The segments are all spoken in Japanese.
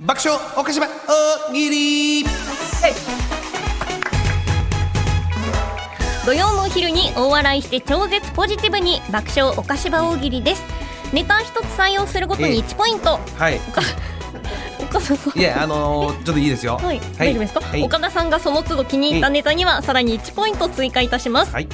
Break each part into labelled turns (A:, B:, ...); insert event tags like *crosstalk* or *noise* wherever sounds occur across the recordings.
A: 爆笑おかしば大喜利
B: 土曜のお昼に大笑いして超絶ポジティブに爆笑お菓子場大喜利ですネタ一つ採用するごと
A: ええ
B: に1ポイント、
A: はい
B: 岡田さん
A: いやあのー、ちょっといいですよ
B: はい、大丈夫ですか、
A: はい
B: 岡田さんがその都度気に入ったネタにはさらに1ポイント追加いたします、
A: はい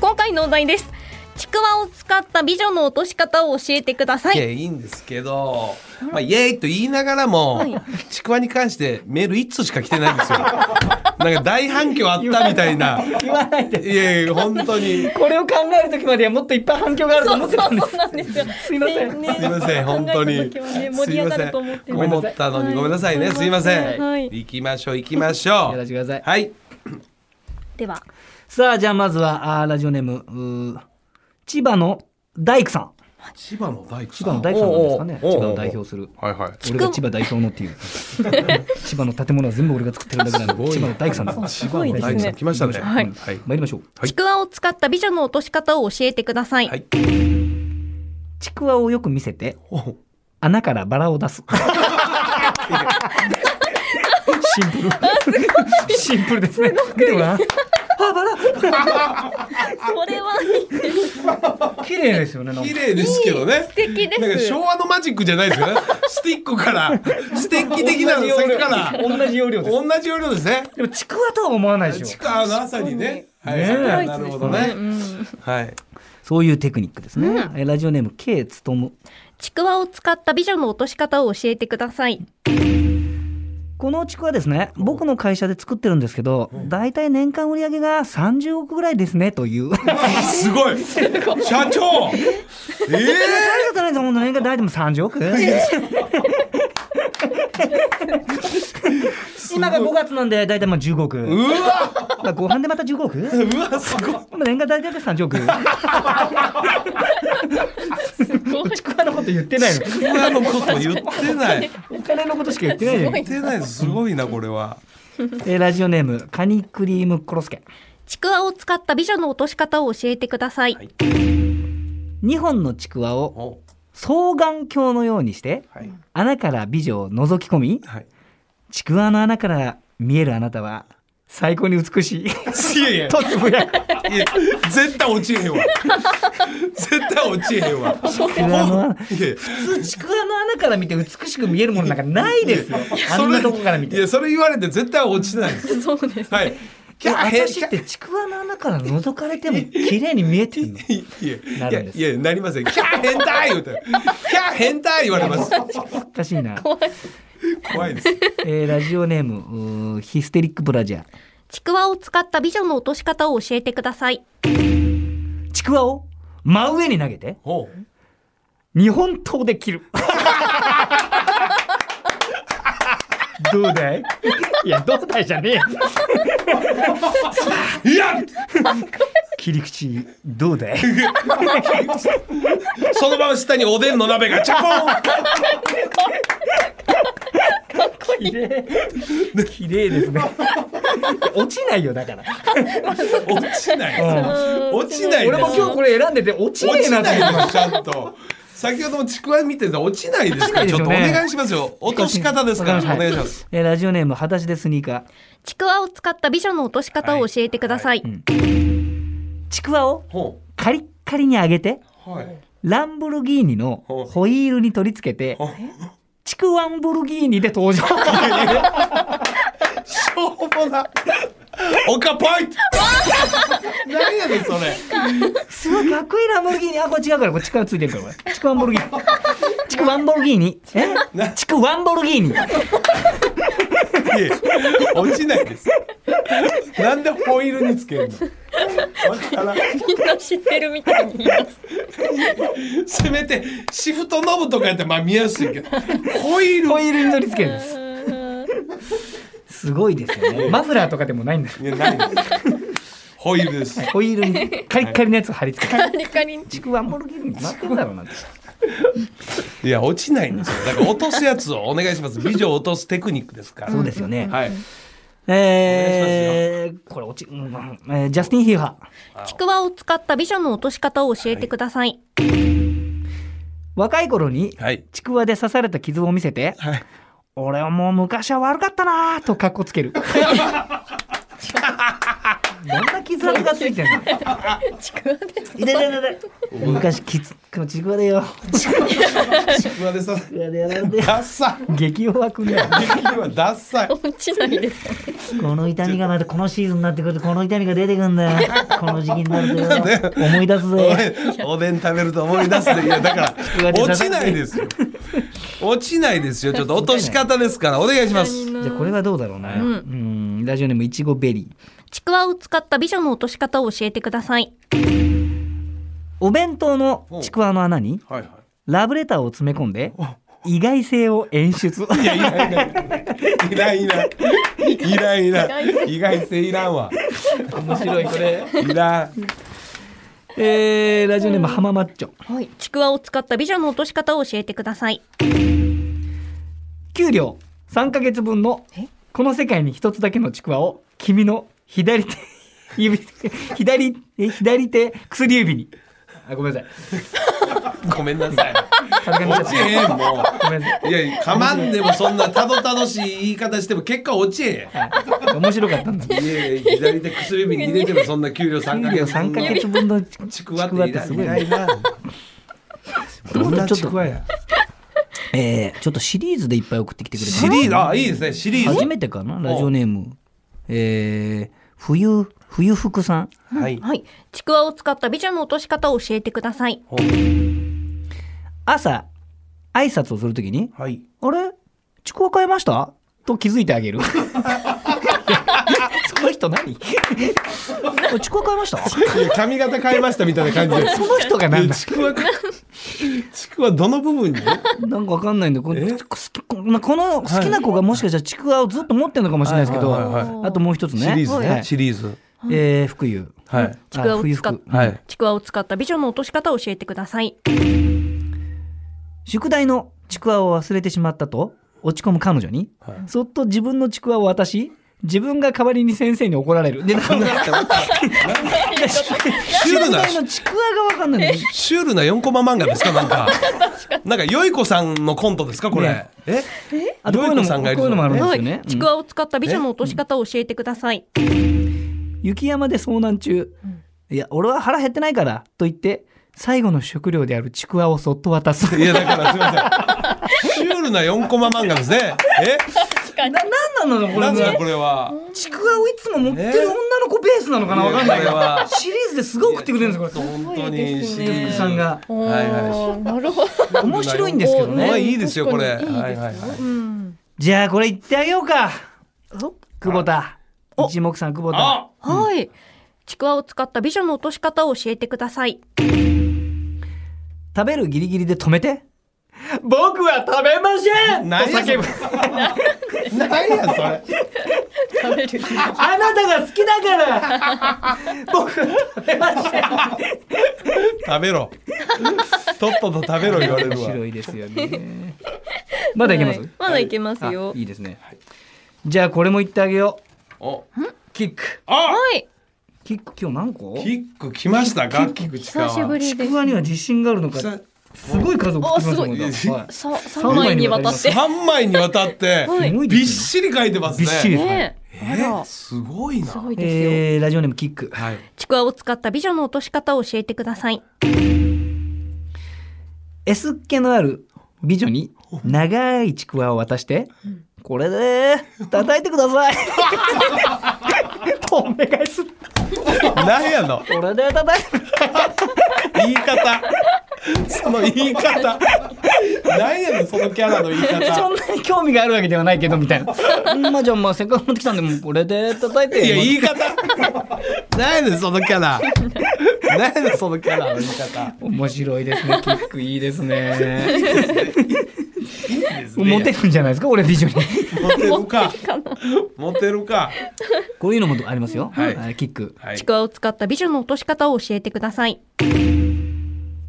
B: 今回のお題ですちくわを使った美女の落とし方を教えてくださ
A: い
B: い
A: やいいんですけど、まあ、イエーイと言いながらも、
B: はい
A: ちくわに関してメール1通しか来てないんですよなんか大反響あったみたいな
C: 言わないで
A: いやいや本当に
C: これを考える時まではもっといっぱい反響があると
B: そ
C: 思っ
B: う *laughs*
C: て
B: そ
C: たん
B: う
C: です
B: そうなんですよ。
C: すいません
B: ねね
A: すいません本当
B: 考
A: に
B: えた時はね盛
A: す
B: り
A: い
B: 上
A: ま
B: が
A: せん
B: ると思ってます
A: 思ったの
B: は
A: に
B: い
A: ごめんなさいねすいません、
B: はい
A: 行きましょう行きましょ
C: やらせて
A: う
C: ください
A: はい
B: では
C: さあじゃあまずはあーラジオネームうー千葉の大工さん
A: 千葉の大工
C: 千葉の大工さんなんですか
A: おう
C: ね
A: おう
C: 千葉を代表する
A: はいはい
C: 俺が千葉代表のっていう *laughs* 千葉の建物は全部俺が作ってるだけなので千葉の大工さんです
B: すごいです
A: 大工さん
B: ね。
A: 来ましたね
B: はい
A: はい
C: 参りましょう
A: はい
B: ちくわを使った美女の落とし方を教えてください。
A: はい
C: ちくわをよく見せて
A: おう
C: 穴からバラ
B: *laughs*
C: を出すシンプルシンプルですね見てご
B: *laughs*
C: らん
B: それは
C: *laughs* 綺麗ですよねなんか
A: 綺麗ですけどね
B: 素敵で
A: なんか
B: す。
A: 昭和のマジックじゃないですよ
B: *laughs*
A: ねスティックからステッキ的なの先から
C: 同じ要領です
A: 同じ要領ですね
C: でもちくわとは思わないでし
A: 地
C: ょ
A: 下の朝にねはい
C: ねえ
A: なるほどねはい
C: そういうテクニックですね、えラジオネーム K つとむ
B: ちくわを使った美女の落とし方を教えてください。
C: このちくわですね僕の会社で作ってるんですけど大体年間売り上げが30億ぐらいですねという *laughs*
A: すごい社長え
C: 大したないですもん年間大体も30億 *laughs* 今が5月なんで大体まあ15億、
A: えうわ
C: まあ、後半でまた15億
A: うわすごい
C: まあ年間大体30億 *laughs* *laughs* ちくわのこと言ってないの
A: ちくわのこと言ってない
C: お金のことしか言ってないじゃん
A: 言ってないすごいなこれは
C: えーラジオネームカニクリームコロスケ
B: ちくわを使った美女の落とし方を教えてください。
A: はい
C: 2本のちくわを
A: お
C: 双眼鏡のようにして
A: はい
C: 穴から美女を覗き込み
A: はい
C: ちくわの穴から見えるあなたは最高に美しい
A: いやいや
C: とつぶやく
A: いや絶対落ちへんわ絶対落ちへんわ
C: ちくわの穴
A: いやいや
C: 普通ちくわの穴から見て美しく見えるものなんかないですよあんなとこから見
A: いや
C: て
A: それ言われて絶対落ちないです
B: そうです。
A: はい
C: いや私
A: キャ
C: ってちくわの穴から覗かれても綺麗に見えてるの
A: いや
C: ない
A: や
C: るんです
A: いやなりませんキャー変態言うてキャー変態言われます
C: おかしいな、
B: 怖い
A: 怖いです
C: えーラジオネームうーヒステリックブラジャー
B: ちくわを使った美女の落とし方を教えてください。
C: ちくわを真上に投げて
A: ほ
C: 日本刀で切る。どうだいいや、どうだいじゃねえよ。
A: ういや
C: 切り口、どうだい
A: そのまま下におでんの鍋がチャポー
C: 綺麗。綺麗ですね。落ちないよ、だから。
A: ン落ちない落ちない
C: 俺も今日これ選んでて、落ちね
A: 落
C: え
A: ち
C: なって
A: ないのちゃんと先ほどもちくわ見てたら落ちないです
C: 落ち
A: か
C: ない
A: らち
C: で
A: ょっ
C: すよ
A: と
C: ね
A: お願いしますよ落とし方ですからお
C: はい
A: 願いします
C: えーラジオネーム、裸足でスニーカー。
B: ちくわを使った美女の落とし方を教えてください。
C: ちくわを
A: ほ
C: カリッカリに上げて、
A: うはい
C: ランボルギーニのホイールに取り付けて、ちくわんボルギーニで
A: *laughs*
C: 登場。
A: しょうもなおかぽ
C: *laughs*
A: い何やねんそれ
C: すごいかっこいいランボルギーニ。あ、これ違うから、これ力ついてるから、これ。チクワンボルギーニ。 *laughs* チクワンボルギーニ。えチクワンボルギーニ。
A: いや落ちないですなんでホイールにつけるのわからん
B: みんな知ってるみたいに言います。
A: せめてシフトノブとかやってまあ見やすいけどホイール
C: ホイールに取り付けるんです。すごいですよね。マフラーとかでもないんだ。
A: いやないですホイールです
C: ホイールにカリッカリのやつを貼り付ける。
B: 何かに
C: チクワンボルギーニに負けるだろうなって。
A: いや落ちないんですよだから落とすやつをお願いします美女を落とすテクニックですから
C: そうですよね。
A: はい
C: えー、これ落ち、うんえージャスティン・ヒーハー。
B: ちくわを使った美女の落とし方を教えてください。
C: 若い頃に
A: はい
C: ちくわで刺された傷を見せて、
A: はい
C: 俺はもう昔は悪かったなーとかっこつけ *laughs* る。どんな傷跡がついてんの
B: ちくわです。
C: いでででで昔きつこのちくわでよ。
A: ちくわでさ、
C: ちくわでやられて。
A: ダッサ。
C: 激弱くんだよ。
A: 今ダッサい。
B: 落ちないです。
C: この痛みがまたこのシーズンになってくるとこの痛みが出てくるんだよ。この時期にな
B: *laughs*
C: るとよ思い出す
A: お
C: ぜ。
A: でんおでん食べると思い出すでいやだか
C: く
A: ら
C: わで刺
A: 落
C: さ
A: ちないですよ落ちないですよちょっと落とし方ですからお願いします
C: じゃあこれはどうだろうな。うん、ラジオネームいちごベリー。
B: ちくわを使った美女の落とし方を教えてください。
C: お弁当のちくわの穴に
A: はいは
C: ラブレターを詰め込んで意外性を演出。
A: いいやいらんいらんいらんいらんいらん意外性いらんわ
C: 面白いこれ。
A: いらん
C: *laughs* えー、ラジオネーム浜マッチョ。
B: はい。ちくわを使った美女の落とし方を教えてください。
C: 給料3ヶ月分の
B: え
C: この世界に一つだけのちくわを君の左手 *laughs* 指左え左手薬指にあごめんなさい
A: ごめんなさい
C: さすがにちょっ
A: 落
C: と
A: ちへんも
C: ごめんなさいう
A: いやかまんでもそんなたどたどしい言い方しても結果落ちへ
C: はい面白かったんだ
A: んいやいや左手薬指に入れてもそんな給料3ヶ
C: 給料
A: 月
C: 3ヶ月分のち
A: ち
C: く
A: くわ
C: わ
A: っ
C: って
A: い
C: て
A: らん
C: すご
A: い
C: い
A: ら
C: ね
A: んいらんどんなちくわや
C: えー、ちょっとシリーズでいっぱい送ってきてくれた
A: シリーズあいいですねシリーズ
C: 初めてかなラジオネームえー、冬冬服さん
A: はい
B: はい。ちくわを使った美女の落とし方を教えてください。
C: 朝挨拶をするときに
A: はい
C: あれちくわ買いましたと気づいてあげる。 *laughs* その人何 *laughs* あちくわ買いましたそ
A: いや髪型変えましたみたいな感じで
C: の人が
A: い
C: 何
A: や
C: だ
A: ちくわかちくわどの部分に
C: なんかわかんないんで、こ
A: え
C: 好きこまあこの好きな子がもしかしたらちくわをずっと持ってるのかもしれないですけど、
A: はいはいはい
B: はい
C: あともう一つね。
A: シリーズね、
C: はい
A: シリーズ
C: えー、福湯。
A: はい
B: ちくわを使っ
C: あ冬服
A: はい
B: ちくわを使った美女の落とし方を教えてください。
C: 宿題のちくわを忘れてしまったと落ち込む彼女に、
A: はい
C: そっと自分のちくわを渡し、自分が代わりに先生に怒られる。で、なん
A: *laughs*
C: か
A: シュール
C: 宿
A: な
C: 題のちくわがわかんないのに
A: シュールな4コマ漫画ですかなんかなんかよい子さんのコントですかこれ、
C: ね
A: え
C: あとこういう
A: よ
C: の
A: い子
C: も、
A: さんがいる
C: こういうのもあるんですよ
B: は
C: ね。
B: い。
C: うん
B: ちくわを使った美女の落とし方を教えてください。。
C: 雪山で遭難中、いや俺は腹減ってないからと言って最後の食料であるちくわをそっと渡す
A: いやだからすいませんシュールな4コマ漫画ですねえ
C: ななんなのこれ
A: なん
C: も
A: だこれは
C: ちくわをいつも持ってる女の子ベースなのかなわかんないけ
A: いやこれは
C: どシリーズですごい送ってくれるんですよこ
A: 本当にシリ
C: れ
A: ー
C: 福
A: ズ
C: さんが
A: はいはい
B: なるほど。
C: 面白いんですけど
A: まあ
C: ね
A: いいですよこれ
B: 確かにいいですよ
A: はいはいはい
B: うん。
C: じゃあこれ言ってあげようか久保田
B: お
C: 一目さん久保田
A: あ
B: はい。ちくわを使った美女の落とし方を教えてください。
C: 食べるギリギリで止めて僕は食べません
A: 何や
C: と叫ぶ
A: 何やそれ
C: あなたが好きだから *laughs* 僕は食べません
A: 食べろとっとと食べろ言われる
C: 面
A: わ
C: 白いですよね。まだいけます
B: はい。まだいけます
C: あ
B: よ。
C: いいですね。じゃあこれも言ってあげよ
A: お
C: う。キック。
A: あ
B: はい。
C: キック今日何個？
A: キック来ましたかキック
B: 久しぶ
A: り
B: り
C: ち
B: で
C: く
B: す。
C: わには自信があるのか。すごい数送ってきますもん
A: おすごい
C: はい
B: さ、三枚にわたって。
A: 三枚にわたって
B: はい
C: すごい
A: び
C: で
A: っ
C: す
A: しり書いてますね
C: びっしり
B: ねえ。
A: え
B: あら
A: ー、すごいな
B: すごい
C: ね
B: ですよ。
C: えーラジオネームキック。
A: はい
B: ちくわを使った美女の落とし方を教えてください。
C: エスっ気のある美女に長いちくわを渡して、これで叩いてください。とお願いする。
A: 何やの
C: これで叩いてください。
A: 言い方その言い方何やのそのキャラの言い
C: そ
A: 方
C: んなに興味があるわけではないけどみたいな。うんまあじゃあまあせっかく持ってきたんでもうこれで叩い
A: い
C: て。
A: や言い方何やねんそのキャラ何やねんそのキャラの言い方
C: 面白いですね。キックいいですね。
A: いいですね
C: モテるんじゃないですか、俺美女に。
A: モテるかモテるか
C: こういうのもありますよ。
A: はい
C: はい、キック。
A: はい
B: ちくわを使った美女の落とし方を教えてください。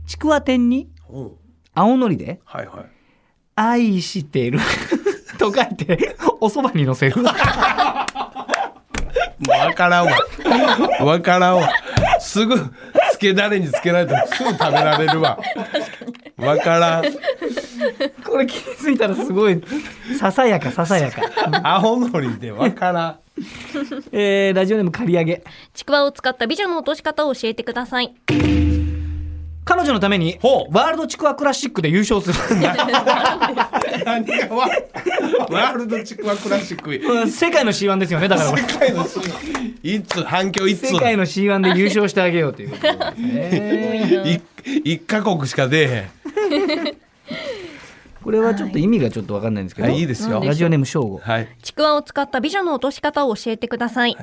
C: ちくわ天に
A: おう
C: 青のりで
A: はいはい
C: 愛してると書いておそばに乗せる。
A: わからんわ。わからんわ。すぐ、つけだれにつけられてもすぐ食べられるわ。わからん。
C: これ気づいたらすごいささやかささやか、
A: 青のりでわからん。
C: えー、ラジオネーム借り上げ
B: ちくわを使った美女の落とし方を教えてください。
C: 彼女のために
A: ほう
C: ワールドちくわクラシックで優勝する
A: *laughs* 何がワワールドチクワクラシックへ
C: うん世界の C1 ですよねだからこれ
A: 世界のシーンいつ反響いつ
C: 世界の C1 で優勝してあげようということですね
A: い一カ国しか出
C: これはちょっと意味がちょっとわかんないんです
A: え
C: け
A: へん
C: ど、
A: はいいいですよ
C: ラジオネーム正吾
A: はい
B: ちくわを使った美女の落とし方を教えてください。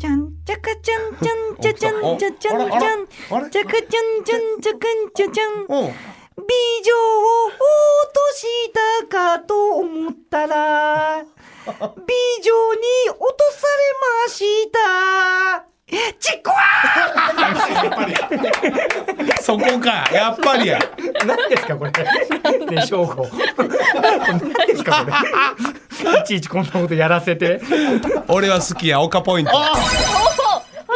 D: ちゃんちゃかちゃんちゃんちゃちゃんちゃちゃんちゃん
A: あれ
D: ちゃかちゃんちゃんちゃかんちゃちゃん
A: お
D: 美女
A: う
D: を落としたかと思った
C: *laughs*
D: ら美女に落とされましたちっこわ
A: そこかやっぱりや
C: 何ですかこれ。ね正吾。何ですかこれ。いちいちこんなことやらせて。
A: 俺は好きや岡ポイントあ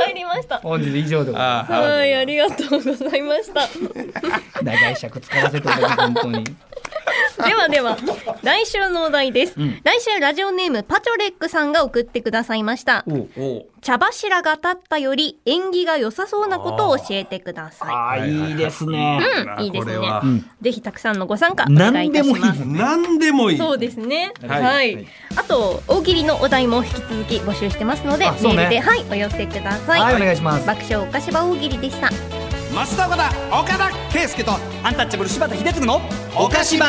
B: 入りました。
C: 本日以上でございま
A: あは
B: はい、ありがとうございました。
C: す。長い尺使わせていただき本当に。
B: ではでは、来週のお題です。来週ラジオネームパチョレックさんが送ってくださいました。
C: お
A: いおう
B: 茶柱が立ったより縁起が良さそうなことを教えてくださ
C: あーいいですね。
B: い。いいです
A: これ
B: ね。
A: は
B: ぜひたくさんのご参加お願いいたします。
A: 何でもいい
B: そうですね。は。
A: はいい
B: あと大喜利のお題も引き続き募集してますので、
C: あ
B: メ
C: そうね
B: ールではいお寄せください。
C: はいお願いします。
B: 爆笑おかしば大喜利でした。
E: 増田岡田岡田圭佑とアンタッチャブル柴田秀嗣の岡島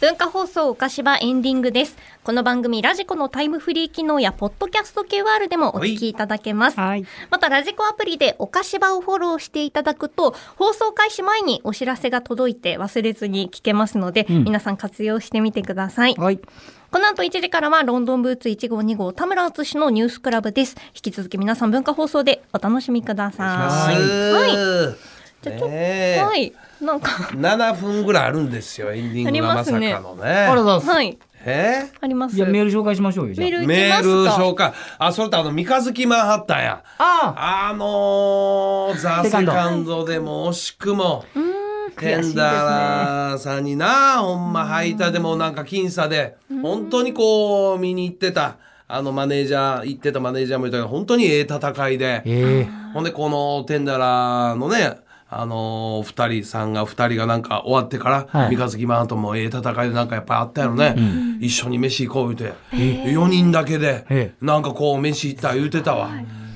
B: 文化放送おかしばエンディングです。この番組ラジコのタイムフリー機能やポッドキャスト QR でもお聞きいただけます。
C: はい。
B: またラジコアプリでおかしばをフォローしていただくと放送開始前にお知らせが届いて忘れずに聞けますので、
C: ん
B: 皆さん活用してみてください。
C: はい。
B: この後1時からはロンドンブーツ1号2号田村淳のニュースクラブです。引き続き皆さん文化放送でお楽しみください。じゃあちょっと、
A: ねえ
B: はい、なんか
A: 7分ぐらいあるんですよエンディングが
B: ありま
A: ますさか
B: ね
A: の
C: ありがとう
A: ね
C: ございま
B: はい
A: え
B: あります。
C: す。いやメ
B: メ
C: ール紹介しましょうよじゃあ
B: ー。ルいき
A: メ
B: ま
A: ー
B: す
A: ル
B: か。
A: 紹介あそれとあの三日月マンハッタンや
C: あ
A: あのー、ザ・セ
C: セカンド
A: カンドでも惜しくもテンダラーさんになほんま敗退でもなんか僅差で本当にこう見に行ってたあのマネージャー行ってたマネージャーもいたけど本当にええ戦いで
C: ー。ええ。
A: ほんでこのテンダラーのねあのー、2人さんが2人がなんか終わってから、
C: はい
A: 三日月マンともええ戦いでなんかやっぱりあったやろね、一緒に飯行こう言うて、4人だけ
C: え
A: でなんかこう飯行った言うてたわ。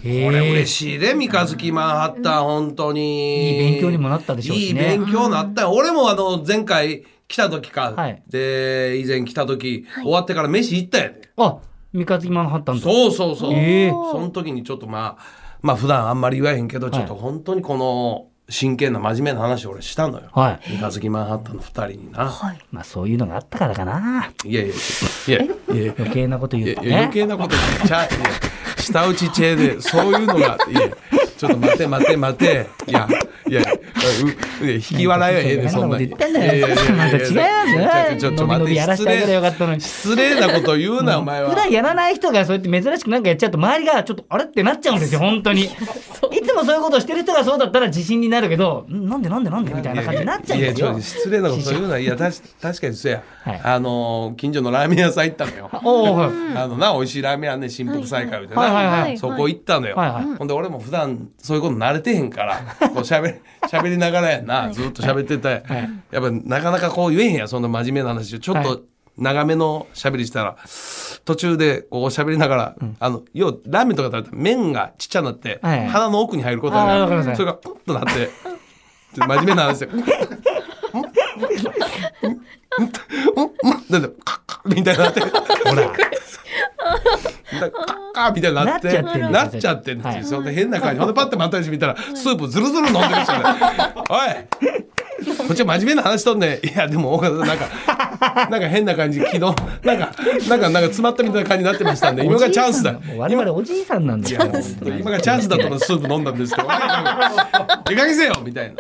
C: ええ
A: これ嬉しいで三日月マンハッタン本当に
C: いい勉強にもなったでしょうしね
A: いい勉強になったよ俺もあの前回来た時か、
C: はい
A: で以前来た時、終わってから飯行ったやで、
C: あ、三日月マンハッタンだ。
A: そうそうそう、
C: ええ
A: その時にちょっとまあまあ普段あんまり言わへんけど、ちょっと本当にこの真剣な真面目な話を俺したのよ、
C: はい。
A: 三日月マンハッタンの二人にな、
C: まあそういうのがあったからかな。
A: い、やいやいやいやいや
C: 余計なこと言うと
A: いや余
C: ね。
A: 計なこと言っちゃういや下打ちチェーでそういうのがいやちょっと待て待て待ていやいやういや引き笑いはええでそんなに
C: なんかちょっと変なこと言ってんだよなんか違うよ
A: ちょっと待
C: 伸び伸びやら
A: て
C: せ
A: 失
C: てあげればよかったの
A: 礼
C: に
A: 失礼なこと言うなお前
C: 普
A: は
C: 段やらない人がそうやって珍しくなんかやっちゃうと周りがちょっとあれってなっちゃう
A: *laughs*
C: んですよ本当にいつもそういうことしてる人がそうだったら自信になるけどんなんでなんでなんでみたいな感じになっちゃうん
A: いや
C: です
A: ちょ
C: よ
A: っと失礼なこと言うないやたし確かにそうや、
C: はい
A: あの近所のラーメン屋さん行ったのよ
C: おおはい
A: あのな美味しいラーメン屋ね新北再開みたいな、
C: はいはいはい
A: そこ行ったのよ、
C: はいはい
A: ほんで俺も普段そういうこと慣れてへん
C: *laughs*
A: からこうしゃべりながらやんなずっと喋ってて、
C: い
A: やっぱなかなかこう言えへんやそんな真面目な話をちょっ
C: はい
A: と長めのしゃべりしたら途中でこうしゃべりながら、あの要はラーメンとか食べたら麺がちっちゃなって、
C: はい
A: 鼻の奥に入ること
C: あーわ
A: が
C: かりますね
A: それがプッとなって。 *laughs* ちょっと真面目な話で、うんうんうんうんなんでカッカッみたいに *laughs* なって、ほら、だからカッカーみたいになって
C: なっちゃってんですよ
A: なっちゃってんですよ、そんで変な感じほんでパッてまったりしてみたらスープずるずる飲んでる人ねおいこっちは真面目な話しとんねんいやでも大方さんなんかなんか変な感じ昨日なんかなんかなんか詰まったみたいな感じになってましたんで今がチャンスだ
C: もう我々おじいさんなんだよ
A: 今がチャンスだと思ってスープ飲んだんですけど「おいなんか出かけせよ!」みたいな。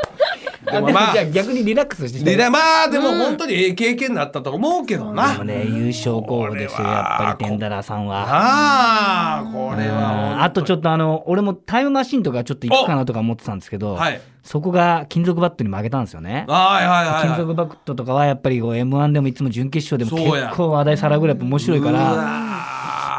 A: でもまあ
C: じゃあ逆にリラックスしてきた
A: リラまあでも本当にええ経験になったと思うけどな、
C: でもね優勝候補ですよやっぱりテンダラーさんは。
A: ああこれは
C: あとちょ
A: っ
C: っとあの俺もタイムマシンとかちょっと行くかなとか思ってたんですけど、
A: はい
C: そこが金属バットに負けたんですよね
A: と。はいはい
C: 金
A: はいは
C: 属バットとかはやっぱり m 1でもいつも準決勝でも
A: そうや
C: 結構話題さらうぐらいやっぱ面白いか
A: いう
C: ら
A: わ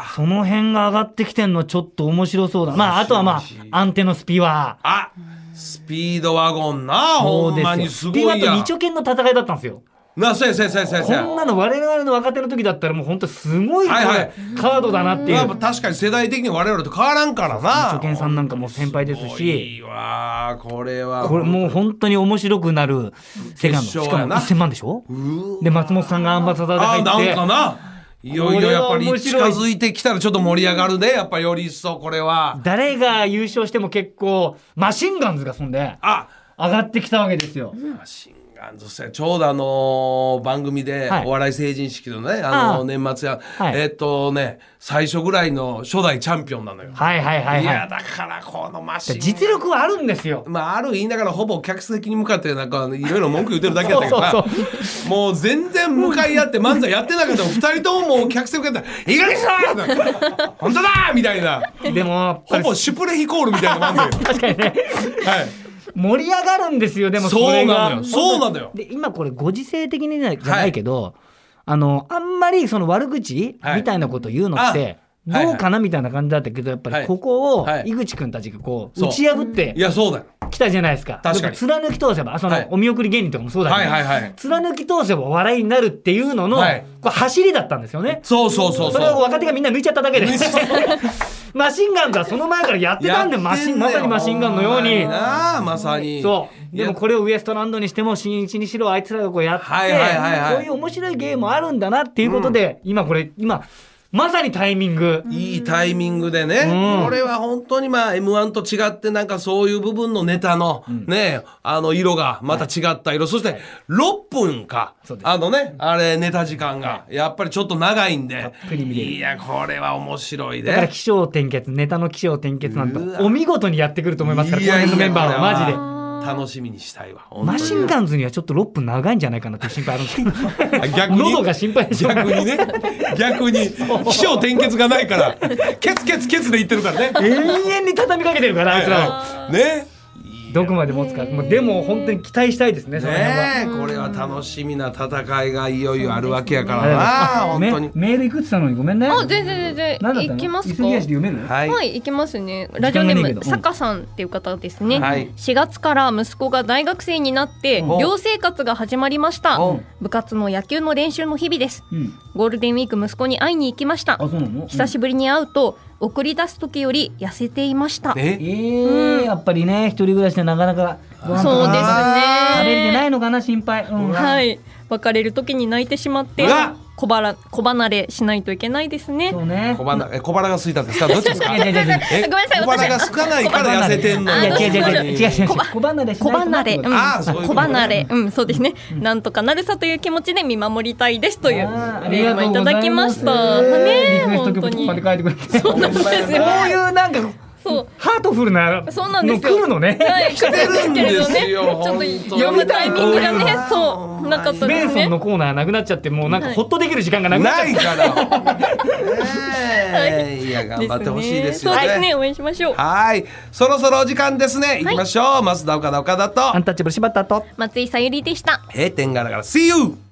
A: ー
C: その辺が上がってきてんのちょっと面白そうだまああとはまあアンテのスピは
A: あスピードワゴンなほんまにす
C: ス
A: ごい
C: ピはと
A: やん
C: 二丁拳の戦いだったんですよ
A: なそうやそうやそうやそうや
C: こんなの我々の若手の時だったらもう本当すごいこ
A: はいはい
C: れカードだなってい
A: まあ
C: う
A: まあ確かに世代的に我々と変わらんからな
C: 二丁拳さんなんかもう先輩です
A: すご
C: し
A: いわーこれは
C: これもう本当に面白くなるセカンドし
A: 決勝
C: かも
A: やな
C: 1000万でしょ
A: うー
C: で松本さんがアンバサダ
A: あ
C: ーで
A: な
C: 入って
A: んかないよいよやっぱり
C: これは面
A: 近
C: 白い
A: づいてきたらちょっと盛り上がるねやっぱより一層これは
C: 誰が優勝しても結構マシンガンズがそんで
A: あ
C: 上がってきたわけですよ。
A: マシンガンズさんちょうどあのー番組で
C: はい
A: お笑い成人式のね、あ
C: ああ
A: のー年末や、
C: はい
A: えっとね最初ぐらいの初代チャンピオンなのよ、
C: はいはいはいい
A: や
C: は
A: だからこのマシン
C: い。実力はあるんですよ。
A: まあ、ある言いながらほぼ客席に向かってなんかいろいろ文句言ってるだけやったけどな
C: そう
A: もう全然向かい合って漫才やってなかったも2人とももう客席向かって「いい加減にしろ!」って「本当だ!」みたいな
C: でもやっぱ
A: ほ
C: り
A: ぼシュプレヒコールみたいな漫才
C: *laughs* 確かにね
A: はい
C: 盛り上がるんですよでもそ
A: そう
C: れ
A: な
C: が
A: のよそうなのよ
C: で今これご時世的にじゃないけど、あのあんまりその悪口
A: はい
C: みたいなこと言うのって、
A: あはい
C: どうかなみたいな感じだったけどやっぱ
A: はい
C: りここを
A: はい
C: 井口くんたちがこう
A: そう
C: 打ち破って
A: いやそうだよ
C: きたじゃないですか。
A: 確かに
C: やっぱ貫き通せばその、
A: はい
C: お見送り芸人とかもそうだけど、
A: はいはいはい
C: 貫き通せば笑いになるっていうのの、
A: はい
C: こう走りだったんですよね。
A: そうそうそうそ
C: そ
A: う
C: れを若手がみんな抜いちゃっただけでマシンガンズはその前からやってたんでマシンまさにマシンガンのように
A: なあまさに
C: そうでもこれをウエストランドにしても新一にしろあいつらがこうやって、
A: はいはいはいはい
C: こういう面白いゲームもあるんだなっていうことで、今これ今まさにタイミング、
A: いいタイミングでね、
C: うん
A: これは本当にまあ m 1と違ってなんかそういう部分のネタのね、あの色がまた違った色、そして6分か、
C: そうです
A: あのねあれネタ時間がやっぱりちょっと長いんで
C: ぷり見れる
A: いやこれは面白い
C: だから
A: ね
C: 起承転結ネタの起承転結なんて
A: うわ
C: お見事にやってくると思いますから
A: い
C: この
A: やいや
C: メンバーはマジで
A: これ。楽しみにしたいわ
C: マシン
A: ン
C: ガンズにはちょっと6分長いんじゃないかなっていう心配あるんですけど
A: *laughs* 逆に
C: *laughs* 喉が心配でしょうが
A: 逆にね逆に起承転結がないからケツケツケツで言ってるからね
C: 永遠に畳みかけてるからあいつらを。
A: ね
C: どこまで持つか、もうでも本当に期待したいですね、その辺は。
A: ねえこれは楽しみな戦いがいよいよあるわけやからな、
C: あ
A: 本当に
C: め。メールいくつなのにごめんね。
B: あ、全然全
C: なんだっ
B: 然。行
C: たの
B: きますか
C: 急。ぎ足で読める。
A: はい、
B: はい、行きますね。ラジオネ
C: 時間がねえ
B: ー
C: けど
B: ム、
C: うん
B: さかさんっていう方ですね。
A: はい
B: 4月から息子が大学生になって
A: お、
B: 寮生活が始まりました
A: お。
B: 部活の野球の練習の日々です。
C: うん。
B: ゴールデンウィーク息子に会いに行きました
C: あ、。そうなの。
B: 久しぶりに会うと、送り出す時より痩せていました。
A: え
C: ええやっぱりね、一人暮らしでなかなか。ご飯とか
B: そうですね
C: 食べれてないのかな、心配。うん
B: はい、別れる時に泣いてしまって
A: うわ、
B: 小腹、小離れしないといけないですね。
C: そうね
A: 小。腹え小腹が空いたんですか。どっちです
C: *laughs*
A: か。
C: いやいやいやいや
A: え
B: ごめんなさい
A: 小腹が空かないから痩せてんのよ。
B: あ
C: いや、違う違う違う、違う違う違
B: 小
C: う。小離れしないと
B: 小離れ、うん、
A: あーそういうこと
B: 小離れ、うん、そうですね、なんとかなるさという気持ちで見守りたいですという
C: あーあり
B: メー
C: が
B: ルも
C: とう
B: い
C: ござ
B: た
C: います
B: だきました。ねえ、
C: リクエスト
B: 本当
C: 曲と
B: に
C: かで。書いてくれて。
B: そうなんですよ。
C: こういうなんか、
B: そう、
C: ハートフルな。
B: そうなんです
C: の
B: よ。
C: 来るのね。
B: はい、来
A: るんですよ
B: るんですけれどねちょっと読むタイミングが
A: 本当
B: ね
A: に、
B: そう、なかった
C: ベ
B: で
C: ン
B: す
C: ソ
B: ね
C: ン。のコーナーなくなっちゃって、もうなんかほっとできる時間がなくなっちゃっ
A: な
C: て
A: い。
B: *laughs*
A: から。ねえいや頑張ってほしいですよ
B: そうですね、
A: ね。
B: 応援しましょう。
A: はい、そろそろお時間ですね。行きましょう。増田岡田岡田
C: アン
A: と。
C: タッチャブル柴田と。
B: 松井さゆりでした。
A: 閉店ガラガラ。See you。